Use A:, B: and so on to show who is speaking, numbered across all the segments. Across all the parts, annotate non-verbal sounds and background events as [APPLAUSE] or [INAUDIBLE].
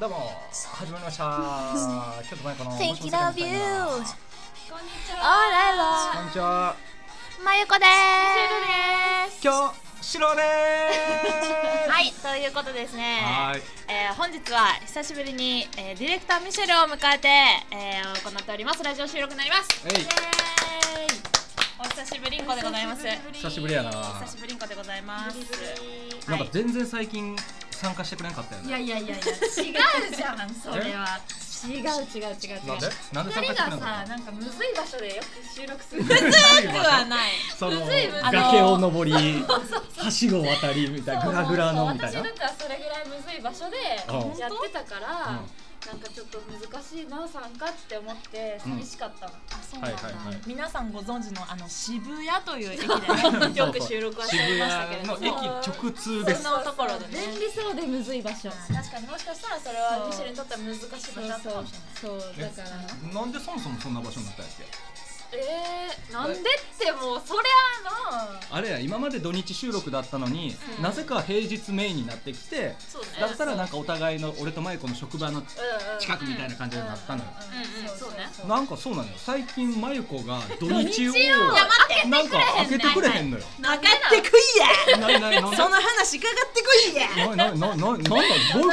A: どうも始まりま
B: [LAUGHS]
A: したちょっと前かなも
B: Think
A: しもつけてみ
B: of
A: た
B: you
A: いな
B: All
C: こんにちは。
A: こ
B: I
A: んにちは
B: love まゆこでーす
A: 今日しろでーす
B: はいということですね
A: はい
B: えー本日は久しぶりに、えーディレクターミシェルを迎えて、えー行っておりますラジオ収録になります
A: えい
B: イエーイお久しぶりんこでございます
A: 久しぶりやな
B: 久しぶりんこでございます
A: なんか全然最近参加してくれなかったよ
C: い
A: ね
C: やいやいやいや、違うじゃん、それは。
B: 違う違う違う違う
A: なんでなんで参
C: 二
A: 加してくれ
C: 人
A: なか
C: がさ、
A: っ
C: なんかむずい場所でよく収録する。
A: たむ [LAUGHS] ずい
B: ではない
A: その
C: むずいむずい
A: 崖を登りはしごを渡りみたいなグラグラのみたい
C: そ
A: な
C: うそうそう私だったらそれぐらいむずい場所で
A: うん
C: やってたから、
A: うん
C: なんかちょっと難しいな、参加って思って
A: うん
C: 寂しかったの。
B: そう
A: は
B: ないんだ
A: はいはい
B: 皆さんご存知のあの渋谷という駅で、ね、よく収録はしていましたけれども
A: 渋谷の駅直通です
B: そんなところでね
C: 便利そうでむずい場所。確かにもしかしたらそれはミシェルにとっては難しい場所だったかもしれない。
D: そうだから
A: なんでそもそもそんな場所になったんやっけ
C: えー、なんでってもうそりゃあな
A: あれや今まで土日収録だったのに、
C: うん
A: なぜか平日メインになってきて
C: そうね
A: だったらなんかお互いの俺と舞子の職場の近くみたいな感じになったのよ、
B: うんうんそうね
A: なんかそうなのよ最近真由子が土日をなんか開けてくれへんのよ
B: かかってこいや
A: ないないなんで
B: その話かかってこいや
A: なななななんだどういうこと
B: かってこ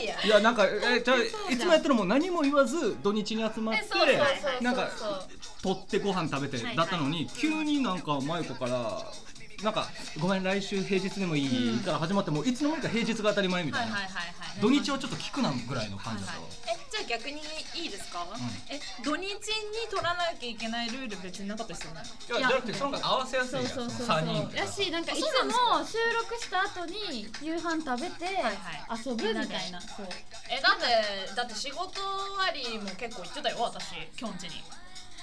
B: いや
A: いやなんかえじゃあいつもやってるもん何も言わず土日に集まって
C: えそうそうそうそう
A: なんか取ってご飯食べてだったのに急になんか真由子からなんかごめん来週平日でもいいから始まってもういつの間にか平日が当たり前みたいな土日をちょっと聞くなぐらいの感じだったわ
D: えじゃあ逆にいいですか、
A: ん
D: え土日に取らなきゃいけないルール別になかったですよね
A: いやじゃなくてその方が合わせやすいやんその3人って
C: やしなんかいつも収録した後に夕飯食べて遊ぶみたいなそう
D: えだってだって仕事終わりも結構行ってたよ私きょんちに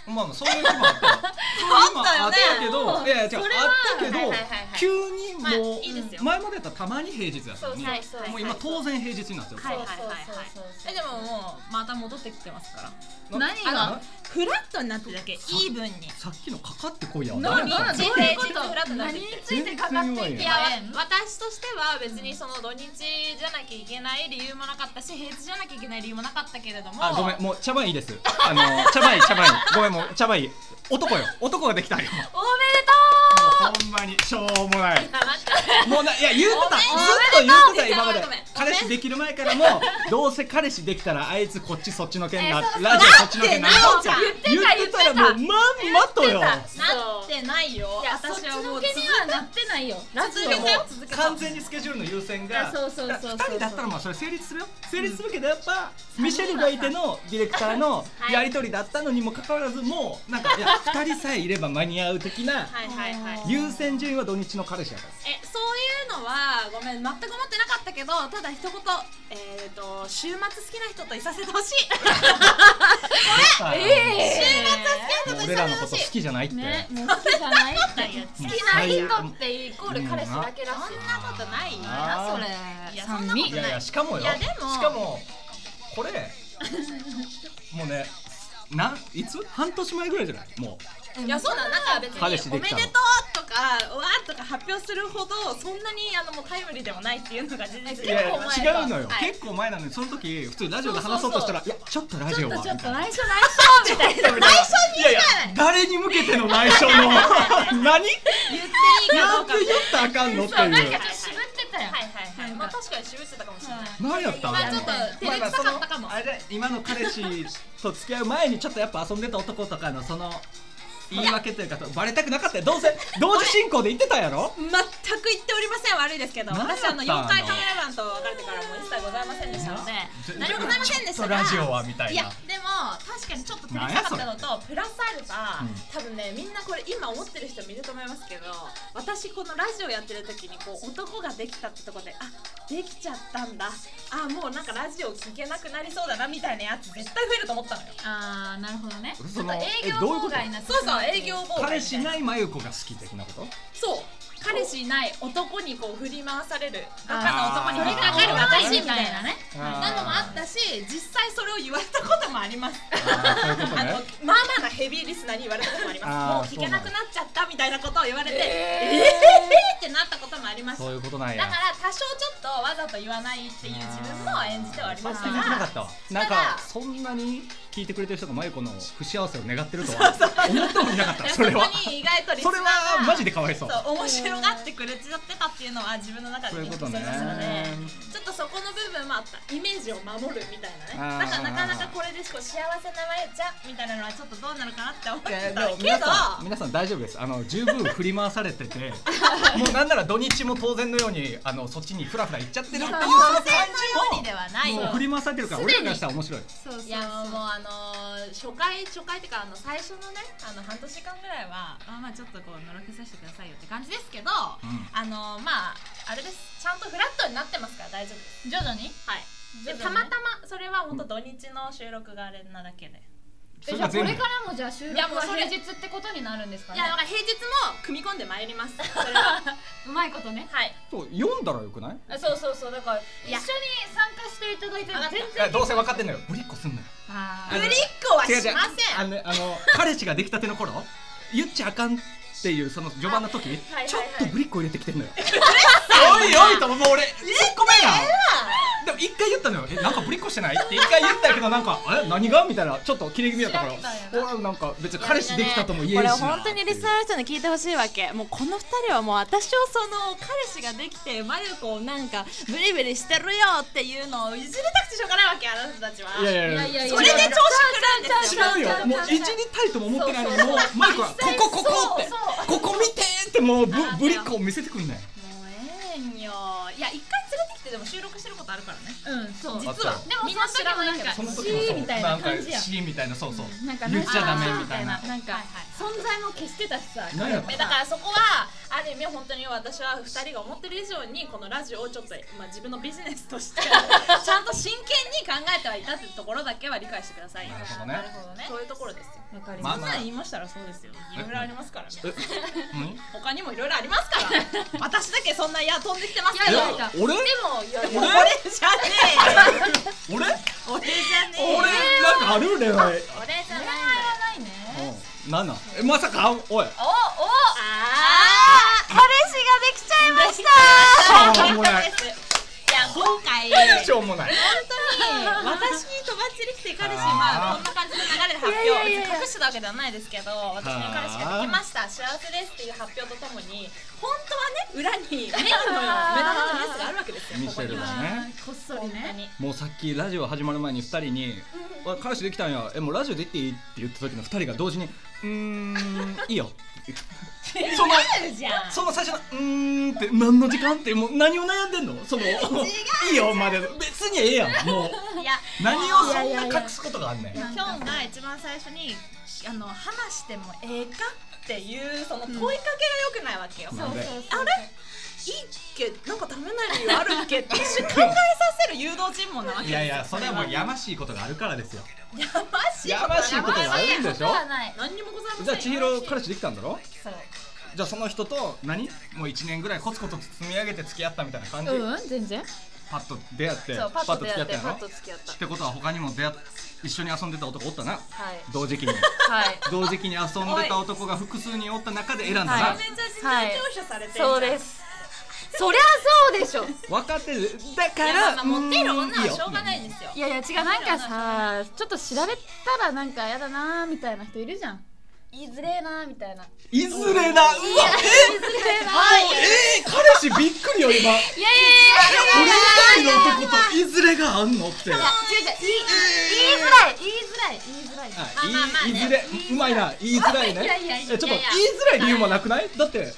A: まあまあそういう日もあ
D: [LAUGHS]
A: ったよ
D: あったよね
A: そういう日もあったけどいやいや違うあったけど
D: はいはいはいはい
A: 急にも
D: まあいいです
A: う
D: よ
A: 前までやったらたまに平日やったのに
C: そうそうそう
A: もう今当然平日になってる
D: はいはい
C: そうそう
D: はいはい
C: そうそう
D: えでももうまた戻ってきてますから
A: な
B: 何
A: あ
B: が
A: の
D: フラットになってるだけイーブンに
A: さっきのかかってこいやわ
D: 何
A: やったの
D: 何
B: 平日
D: フラットになっ
C: 何
D: てき
C: に
D: てる
C: ついてかかっ
A: 全
C: て
A: 然弱い
C: きや
D: いや
C: わ
D: わ私としては別にその土日じゃなきゃいけない理由もなかったし平日じゃなきゃいけない理由もなかったけれども
A: あごめんもう茶番いいですあの茶番いい茶番いいごめんもう茶番いい男よ男ができたよ
C: おめ
A: もうほんまにしょうもないもうないや言うてたずっと言うてた今まで
D: ごめんごめん
A: 彼氏できる前からもどうせ彼氏できたらあいできたらあいつこっちそっちのけんな
C: えそう
A: ラジオそっちのけんな
D: なってない
A: 言
C: じゃん
A: ってたらもうまんまとよ
D: なってない
C: で
D: よ
C: とういやそっ
D: 私
C: ち
D: はも
C: の
D: う
C: け
D: 続
C: にはなってないよラジオ
D: 続け
C: も
D: てよ続けて
A: 完全にスケジュールの優先が
C: あそうそうそうそう
A: だから二人だったらまあそれ成立するよ成立するけどやっぱミシェルがいてのディレクターの
C: い
A: やり取りだったのにもかかわらずもうなんかいや二人さえいれば間に合う的な
D: はいはいはい
A: 優先順位は土日の彼氏やから
D: えそういうのはごめん全く思ってなかったけどただ一言えっ、と週末好きな人といさせてほしい
A: さあもう俺らの
D: 週末好きな人といさせて
A: こ
D: ほ
A: と好
D: しい
A: きじゃないって
C: ねもう好きじゃない
A: 好
C: 好きな人ってイコール彼氏だけらしい
D: そんなことないよ
A: あー
D: それいやそんなことない
A: いやいやしかもよ
D: いやでも
A: しかもこれもうねないつ半年前ぐらいじゃないも
D: いやそうだなんか別
A: 彼氏で
D: に「お
A: き
D: め
A: た
D: で
A: の
D: とう」とか「うわ」とか発表するほどそんなにあのもうタイムリーでもないっていうのが事実
A: う
D: で
A: いや違うのよ、
D: はい
A: 結構前なのにその時普通にラジオで話そうとしたらいやちょっとラジオはみたいな
C: 来週来週みたい
A: 内
C: な
A: 緒にいやいや誰に向けての内緒の何
D: 言っていいか
A: な
D: ど
A: ん
D: う
A: て
D: か
A: 言ったらあかんのって
C: そうなん
A: い
C: か
A: う
C: ちょっと渋ってたやん
D: はいはいはいまあ確かに渋ってたかもしれない
A: 何やったん
D: まあちょっと照れくさか
A: まあま
D: ったかも
A: あそのあれだ今の彼氏と付き合う前にちょっとやっぱ遊んでた男とかのその言い訳というかバレたくなかったよどうせ同時進行で言ってたやろ
D: 全く言っておりません悪いですけど
A: 何やった
D: 私あの
A: の
D: 4回カメラマンと別れてからもう一切ございませんでしたので何もございませんでしたが
A: ちょっとラジオはみたいない
D: やでも確かにちょっと照れくさかったのとプラスアルファ、
A: うん
D: 多分ねみんなこれ今思ってる人もいると思いますけど私このラジオやってる時にこう男ができたってとこであできちゃったんだあもうなんかラジオ聞けなくなりそうだなみたいなやつ絶対増えると思ったのよ
C: あーなるほどね
A: その
C: ちょっと営業
A: えどういうこと
C: 妨害な
D: そうそう営業
A: 彼
D: 妨害みた
A: 氏
D: いな
A: ない真由子が好き的なこと
D: そう彼氏いない男にこう振り回される
B: あー
D: バカな男に振りかかる
B: あー
D: 私みたいなねなのもあった
A: し
D: し実際それを言われたこともあります
A: そういうこと
D: あの
A: ね
D: まあまあなヘビーリスナーに言われたこともあり
A: あー
D: ますもう聞けなくなっちゃったみたいなことを言われてえー、えってなったこともあります
A: そういうことなん
D: だ
A: や
D: から多少ちょっとわざと言わないっていう自分も演じてはあり
A: そ
D: ま
A: う
D: し
A: したて
D: が
A: なかったわなん
D: た
A: か
D: だ
A: そんなに聞いてくれてる人がまゆこの不幸せを願ってるとは思ってもいなかったそれは
D: そこに意外とリス
A: そ
D: ナ
A: れ
D: ー
A: は
D: が
A: マジでかわいそう
D: そう面白がってくれちゃってたっていうのは自分の中で
A: そういう
D: 認
A: こと
D: 識
A: ね
D: されますのでちょっとそこの部分もあったイメージを守るみたい
A: あ
D: な
A: ー
D: ねだからなかなかこれで少し幸せなまゆちゃんみたいなのはちょっとどうなのかなって思って
A: いやで
D: た
A: も
D: け
A: 皆
D: ど
A: さん皆さん大丈夫ですあの十分振り回されててもうなんなら土日も当然のようにあのそっちにフラフラ行っちゃってるっていうその感
D: 当然のようにではな
A: じ
D: い
A: ももう振り回されてるから俺らからしたら面白い
C: そうそうそう
D: いやもうもうあのー初回初回っていうかあの最初のねあの半年間ぐらいはまあまあちょっとこうのろけさせてくださいよって感じですけ
A: ん
D: ど、あのーまああれですちゃんとフラットになってますから大丈夫です
B: 徐々に
D: はいで
B: 徐々に
D: たまたまそれは本当土日の収録があれなだけで、
A: それ
C: えじゃ
A: が
C: あこ
A: 全部
C: れからもじゃあ収録
D: いやもう
C: は
D: それ
C: 平日ってことになるんですか
D: い
C: ね
D: やだから平日も組み込んでまいりますそれは
C: うまいことね
D: [LAUGHS] はい
A: そう読んだらよくない
D: そうそうそうだからい
C: 一緒に
D: や
C: 参加していただいて
D: わかった
C: 全
A: いや
C: 然
A: どうせ分かってんのよぶりっこすんなよ
C: あ
D: ぶりっ子はし
A: 違う
D: ま
A: 違
D: せ
A: うんあのあの彼氏ができたての頃言っちゃあかんっていうその序盤の時ち
D: はいはい
A: ょっとぶりっこ入れてきてんのよおいおいともう俺突っ込めやでも一回言ったのよえなんかぶりっこしてないって一回言ったけどなんかえ何がみたいなちょっと切れ気味だったから
C: 調べたんや
A: おいなんか別に彼氏できたとも言え
B: こ
A: る
B: れ
A: し
B: 本当にリスナーの人に聞いてほしいわけもうこの2人はもう私をその彼氏ができてマルコをなんかブリブリしてるよっていうのをいじりたくてしょうがないわけあなたたちはい
A: やいやい
C: い
A: や
C: やいやいや
D: それで調子狂うんですよ
A: 違うよもういじりたいとも思ってないのにもうマイクはここここってここ見てってもうぶぶりっこを見せてくんね
D: もうええんよいや一回連れてきてでも収録してることあるからね
C: うんそう
A: あ
C: で
A: っ
C: も
A: た
D: 実は
A: よ
D: でもみんな知ら
C: そ
D: な
C: の時
D: い
C: もなん
A: そ
C: か
D: けど
A: の時
C: シ
A: も
C: ー
A: そう
C: みたいな感じや
A: んかシーみたいなそうそう
C: なんか
A: 言っちゃダメみたいな
C: なんか存在も消してたしさ
A: なんやろ
D: えだからそこはある意味本当に私は2人が思ってる以上にこのラジオをちょっと、まあ、自分のビジネスとして
A: [LAUGHS]
D: ちゃんと真剣に考えてはいたってところだけは理解してくださいよ
A: なるほどね
B: ほどね
D: そういうところですよ
C: わかり
A: まあま
C: ます
D: そんなん言いましたらそうですよいろいろありますからね
A: え何
D: 他にもいろいろありますから私だけそんないや飛んできてますけ
C: い
D: どで
C: や
D: も
C: いや
A: 俺
C: いや
D: いやいや
A: 俺
D: 俺じゃね
A: 俺俺なん
D: えよ俺じゃねえよ
A: かある恋愛
D: 俺じゃな
C: ない
D: いんだよ
C: ね
A: うんなんなんえまさかあおい
D: おおあ
B: 彼氏ができちゃいました
A: あ
D: ー
A: ーもうない
D: ですいや今
A: [LAUGHS]
D: 回
A: しょうもない
D: 私にとばっちりきて彼氏まあこんな感じの流れで発表
B: いやいやい
D: 別に
B: や
D: 隠してたわけではないですけど私に彼氏ができました幸せですっていう発表とともに本当はね裏にメインの目玉のニュースがあるわけですよ
A: 見せる
D: ここに [LAUGHS] は
A: わね
C: こっそり
D: 本当
C: ね
D: に
A: もうさっきラジオ始まる前に2人に「わ彼氏できたんやえもうラジオ出ていい?」って言った時の2人が同時に「うーんいい [LAUGHS] よ」その
D: じゃん
A: その最初の「うーん」って何の時間ってもう何を悩んでんのその「いいよ」まで別にええや [LAUGHS] んもう
D: いや
A: 何をそんな隠すことがあんねん
D: きょんが一番最初にあの話してもええかっていうその問いかけがよくないわけよ、
A: なんで
D: あれいいっけなんかダメな理由あるっけって一瞬考えさせる誘導尋問なわけです
A: いやいやそれはもうやましいことがあるからですよ
D: やばしい
A: やましいことがあるんでしょ
C: ない
D: 何にもございません
A: じゃあ千尋
D: か
A: 彼氏できたんだろ
D: そう
A: じゃあその人と何もう1年ぐらいコツコツと積み上げて付き合ったみたいな感じ、
C: うん全然
A: パッと出会って
D: そうパッと出会って
A: や
D: パ
A: ろ
D: ッと付き合った
A: ってことは他にも出会っ一緒に遊んでた男おったな
D: はい
A: 同時期に
D: はい
A: 同時期に遊んでた男が複数におった中で選んだな、
B: はい
D: めちゃ人
B: はい
D: 情調査されて
B: そうですす
C: そりゃそうでしょ
A: 分かってるだ
D: い
A: か
D: や
A: ら
D: まあまあ持ってる
A: うーん
D: 女はしょうが
A: い
D: ないんですよ
C: [LAUGHS] いやいや違うなんかさちょっと調べたらなんかやだなーみたいな人いるじゃん言いづれーなーみたいない
A: よいずれなうわえ
C: 言いづれーな
A: えー、彼氏びっくりよ今
C: ーいやいやいやいや
A: 俺以外の男といずれがあんのってあ
C: 違う違う言い言いづらい言いづらい言いづらい
A: い
D: まあまあ
A: い
D: ね
A: ずれうまいな言いづらいね
C: いやいやいや
A: えちょっと言いづらい理由もなくないだって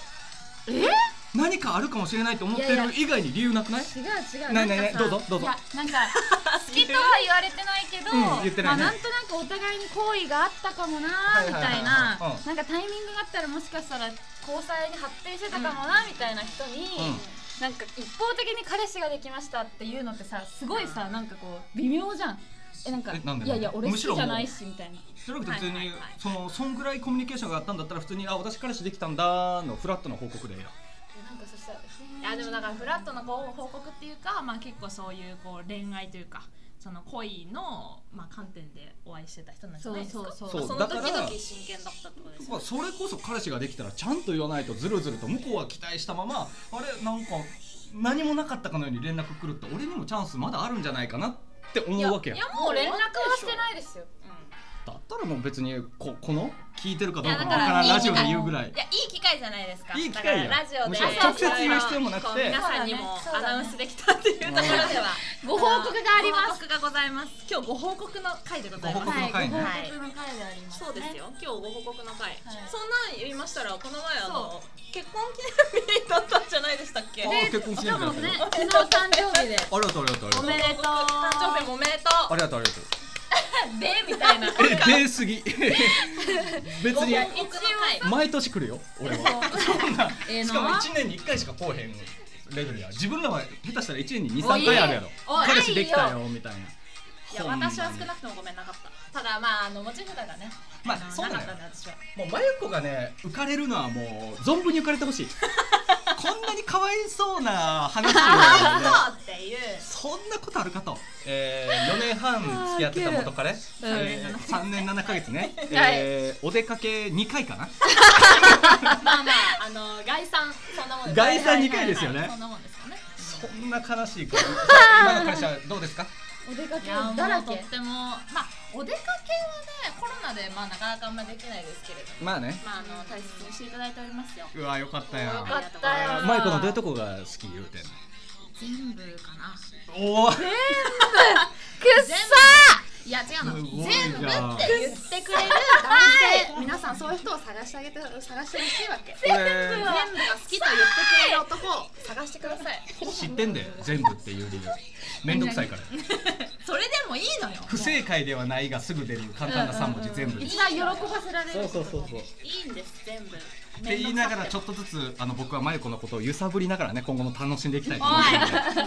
A: 何かあるかもしれないと思って
C: いやい
A: る以外に理由なくない
C: 違う違う
A: ないないない
C: んかさ
A: どうぞどうぞ
C: いやなん
A: [LAUGHS]
C: か好きとは言われてないけど、
A: うん言ってないね
C: まあ、なんとなくお互いに好意があったかもなーみたい
A: はいはい
C: な
A: はいはいうん
C: なんかタイミングがあったらもしかしたら交際に発展してたかもなみたいな人に、
A: うん
C: なんか一方的に彼氏ができましたっていうのってさすごいさなんかこう微妙じゃんえなんか
A: えなんで
C: いやいや俺好
A: む
C: き
A: し
C: じ
A: ろもう
C: ゃないしみたいな
A: じゃなくて普通に、
D: はいはいはい
A: そのそんぐらいコミュニケーションがあったんだったら普通にあ私彼氏できたんだのフラットな報告でいいよ
B: やでもだからフラットなこう報告っていうか、まあ、結構そういうこう恋愛というかその恋の、まあ、観点でお会いしてた人なんじゃないですか
A: う
D: まあ
A: そ
D: そうの
A: だ
D: 時
A: から
D: 々真剣だったってことです
A: ま
D: よ
A: あ、
D: ね
A: それこそ彼氏ができたらちゃんと言わないとずるずると向こうは期待したままあれなんか何もなかったかのように連絡来るって俺にもチャンスまだあるんじゃないかなって思うわけや
D: いや
C: も
D: も
C: う
D: う
C: 連
D: 連
C: 絡
D: 絡
C: は
D: は
C: し
D: してて
C: な
D: ない
C: ですよ
A: だったらもう別にここの聞いてるかどうかわ
B: いやだ
A: か
B: から
A: らんラジオで
B: いい機会
A: 言うぐらい
D: いやいい機会じゃないですか
A: いい機会や
D: だからラジオ
A: む
D: で
A: しろ
B: 直接言う
A: 必要もなくて
D: こう皆さんにも
C: そうだねそうだね
D: アナウンスできたっていうところでは
C: ご報告がありま
D: ご報
C: す
D: 告がございます [LAUGHS] 今日ご報告の回でございま
A: ご
D: す
A: 報告の回ね
C: はいご報告の回でありますね
D: そうですよ、今日ご報告の回、
C: はい
D: そんなん言いましたらこの前あの結婚記念日だったんじゃないでしたっけ
A: あ
D: 誕
A: 結婚記
C: し
A: 念日だ
C: かも
A: ったよ
C: ね昨日誕生日
A: あり
C: で
A: がとうありがとうありがとう
C: おめでとう
D: 生日おめでと
A: ありがとうありがとう
C: でみ
A: [LAUGHS]
C: たいな
A: え出すぎ別に
D: うご報告の回
A: 毎年来るよ俺はそんな
C: ええ
A: しかも
C: な
A: 1年に1回しか来おへんレベルや自分らは下手したら1年に23回あるやろ
C: おいおい
A: 彼氏できたよみたいない
D: や私は少なくともごめんなかったただまああの持ち札がね
A: まあ
D: の
A: そう
D: な
A: な
D: かっ
A: の
D: た
A: よ
D: んで私は
A: もう真由子がね浮かれるのはもう存分に浮かれてほしいこんなにかわいそうな話を、ね、
D: そうっていう
A: そんなことあるかと、えー、4年半付き合ってた元彼、えー、3年7ヶ月ね、えー、お出かけ2回かな
D: まあまああの概算そんなもんです
A: 概算2回ですよね、
D: そんなもんですよね
A: そんな悲しいこと今の彼氏はどうですか
C: お出かけ
B: いやもう
C: だら
B: とっ
C: け
B: てもまあお出かけはねコロナでまあなかなかあんまできないですけれども
A: まあね
D: まああの大切にしていただいておりますよ
A: うわよかったよ
D: よかったよ
A: 真由子のどういうとこが好き言うてん
B: 全部かな
A: のおお
C: くっ
B: 全部いや違うの
A: すごい
B: 全部
A: じゃん
B: って言ってくれる
D: 男性皆さんそういう人を探してあげて探してほしいわけ全部が好きと言ってくれる男を探してください
A: 知ってんだよ全部っていう理由めんどくさいから
B: それでもいいのよ
A: 不正解ではないがすぐ出る簡単な3文字全部です
C: 一番喜ばせられる
A: そうそうそうそうっ
D: いいんです全部
A: て言いながらちょっとずつあの僕は真由子のことを揺さぶりながらね今後も楽しんでいきたいと思ってるんで
B: ふざけん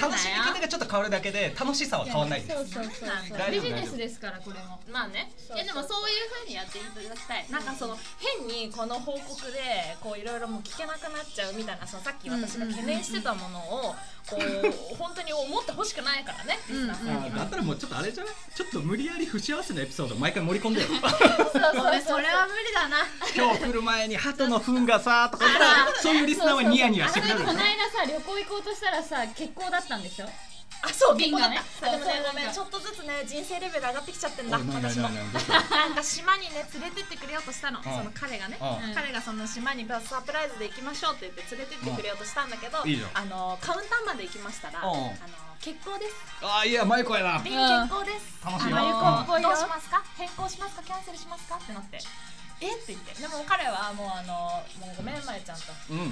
B: な
A: 楽しみ方がちょっと変わるだけで楽しさは変わらないです
C: そうそうそう
D: なん
A: だ
C: ビジネスですからこれも
D: まあねいやでもそういう風にやっていただきたいなんかその変にこの報告でこういろいろもう聞けなくなっちゃうみたいなそのさっき私が懸念してたものをこう本当に思ってほしくないからねリスナーさんには
A: あーだったらもうちょっとあれじゃんちょっと無理やり不幸せなエピソード毎回盛り込 [LAUGHS] んでよ
B: ごめんそれは無理だな
A: 今日来る前に鳩の糞がさーとか言ったらそういうリスナーはニヤニヤしてくれる
C: この間さ旅行行こうとしたらさ結構だったんでしょ
D: あそう
C: 瓶
D: 瓶
C: が
D: が
C: ね
D: ね
C: そう
D: あでもね
C: そう
D: ごめ
C: なんか
D: んちょっとずつね人生レベル上がってきちゃってんだ
A: おいないない
D: 私
A: ない
D: も
A: ないどうした
D: なんか島にね連れてってくれようとしたの、
A: ん
D: その彼がね、
A: うん
D: 彼がその島にサプライズで行きましょうって言って連れてってくれようとしたんだけど、
A: うんいいじゃん
D: あのカウンターまで行きましたら、
A: うん
D: あの結構です、
A: ああいや真由子やな
D: 便
C: うん
D: 結構です、
A: 楽しいよ
D: あの
C: うん
D: どうしますか、変更しますか、キャンセルしますかってなって、えって言って、でも彼はもうあのもうごめんまゆちゃんと、
A: うん
D: あの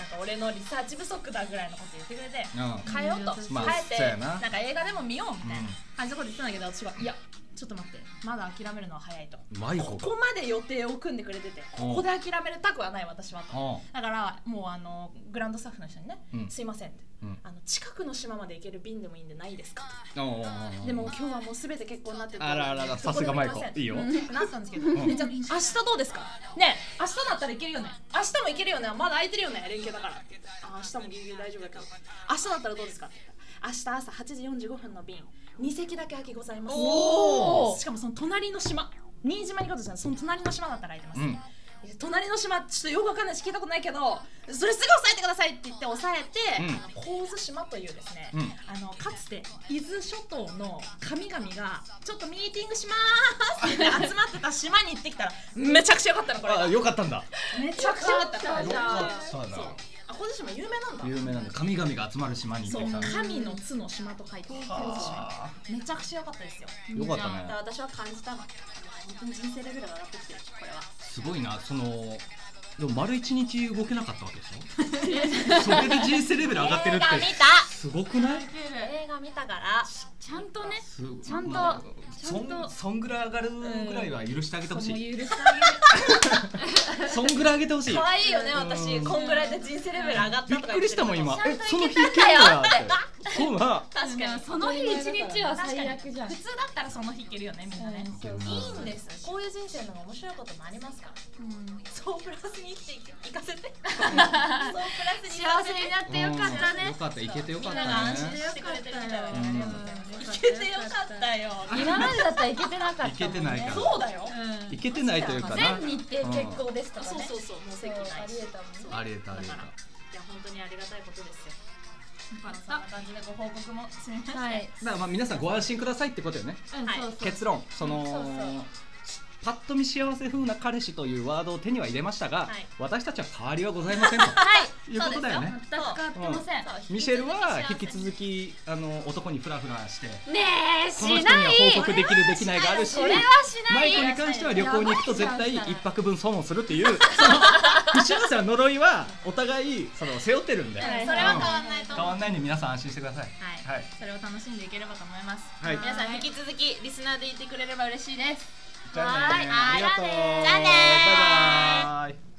D: なんか俺のリサーチ不足だぐらいのこと言ってくれて、
A: う
D: 変えようと、変
A: まあ
D: え
A: そう
D: て
A: やな
D: なんか映画でも見ようみたいな感じのこと言ってたんだけど、私は、いや、ちょっと待って、まだ諦めるのは早いと。
A: ん真由
D: こ
A: 子
D: こまで予定を組んでくれててここで諦めたくはない私はと
A: が
D: だからもうあのグランドスタッフの人にね「
A: うん
D: すいません」って、
A: うん
D: あの「近くの島まで行ける便でもいいんでないですか?」
A: うんおうおうおう
D: でも今日はもうすべて結婚になってる
A: あらあらあらさすがマイコいいよ
D: なったんですけど、えじゃあ明日どうですかねえ明日だったらいけるよね明日もいけるよねまだ空いてるよね連休だからあ明日もギリギリ大丈夫だけど明日だったらどうですかって言ったら明日朝8時45分の便2席だけ空きございます
A: おー
D: しかもその隣の島新島に行こうとしたらその隣の島だったら空いてます、
A: うん
D: え隣の島ちょっとよくわかんないし聞いたことないけどそれすぐ押さえてくださいって言って押さえて、
A: うん
D: あの神津島というですね、
A: うん
D: あのかつて伊豆諸島の神々がちょっとミーティングしまーすって言って集まってた島に行ってきたらめちゃくちゃ良かったのこれ
A: あ
D: が
A: あよかったんだ
D: めちゃくちゃ良かった
A: よかったな
D: そうあ神津島有名なんだ
A: 有名なんで神々が集まる島に行
D: そ
A: っ
D: う
A: てきたんだ
D: 神の津の島と書いて神津島
A: あ
D: めちゃくちゃ良かったですよ
A: ーよかった
D: だから
A: ね
D: 私は感じたの本当に人生レベルが上がってきてるこれは
A: すごいなそのでも丸一日動けなかったわけでし
C: [LAUGHS]
A: ょそれで人生レベル上がってるってすごくない
D: 映画見たから
C: ちゃんとね
A: す
C: ちゃんと
A: まあ
C: ちゃん
A: そん
C: と
A: そんぐらい上がるぐらいは許してあげてほし
C: もう
A: い、
C: 許してあげる
A: そんぐらい上げてほしい
D: 可愛いよね
A: うん
D: 私こんぐらいで人生レベル上がったとか
A: び
D: 言
A: ってくりしたもん今
C: ちゃ
A: え
C: んと
A: その日い
C: 行け
A: け
C: た
A: んの
C: んだ
A: やっ
C: よ
A: てそう
C: [LAUGHS]
A: な
D: 確
C: で
D: か
C: も
D: に
C: その日一日は最悪じゃん
E: 普通だったらその日いけるよねみんなね、
A: い
D: いいんですこういう人生の方が面白いこともありますからそうプラスに生きていかせてそうプラスに
C: 幸せになってよかった
A: うんよ
C: ね
A: かったいけてよかっ
D: みんなが
A: た
D: 安心
A: ね
D: してくれてるみたいな
A: うん
D: 生きてよかったよ
C: 今までだったらいけてなかったもんね
A: いけてないから
D: そうだよ
A: いけてないというかな
C: 全日程結婚ですとかね
D: そうそうそうもう席ない
C: あり
D: し
C: えたもんね
A: ありえたありえ
D: だ
A: た
D: からいや本当にありがたいことですよ
E: よかった感じでご報告も済みました、
C: はい、
A: だからまあ皆さんご安心くださいってことよね
C: うん、
D: はい
C: そうそう
A: 結論その
C: そうそう
A: パッと見幸せ風な彼氏というワードを手には入れましたが、
D: はい
A: 私たちは変わりはございませんと、いうことだよね
C: 全く変わってません
D: そう
A: ミシェルは引き続きあの男にフラフラしてこ
C: ねえし
A: の人に
C: な
A: はい報告できるできないがあるし
C: それはしな
A: マ
C: い
A: イコに関しては旅行に行くと絶対
C: やばい
A: 一泊分損をするっていうその幸せな呪いはお互いその背負ってるんで、
C: はい
E: それは変わんないと
A: 変わ
E: 思うん
A: ないんで皆さん安心してください
D: はい
A: はい、
E: それを楽しんでいければと思います
A: はい
D: 皆さん引き続きリスナーでいてくれれば嬉しいです
A: じゃあねーありがとう
C: じゃあねー
A: バイバーイ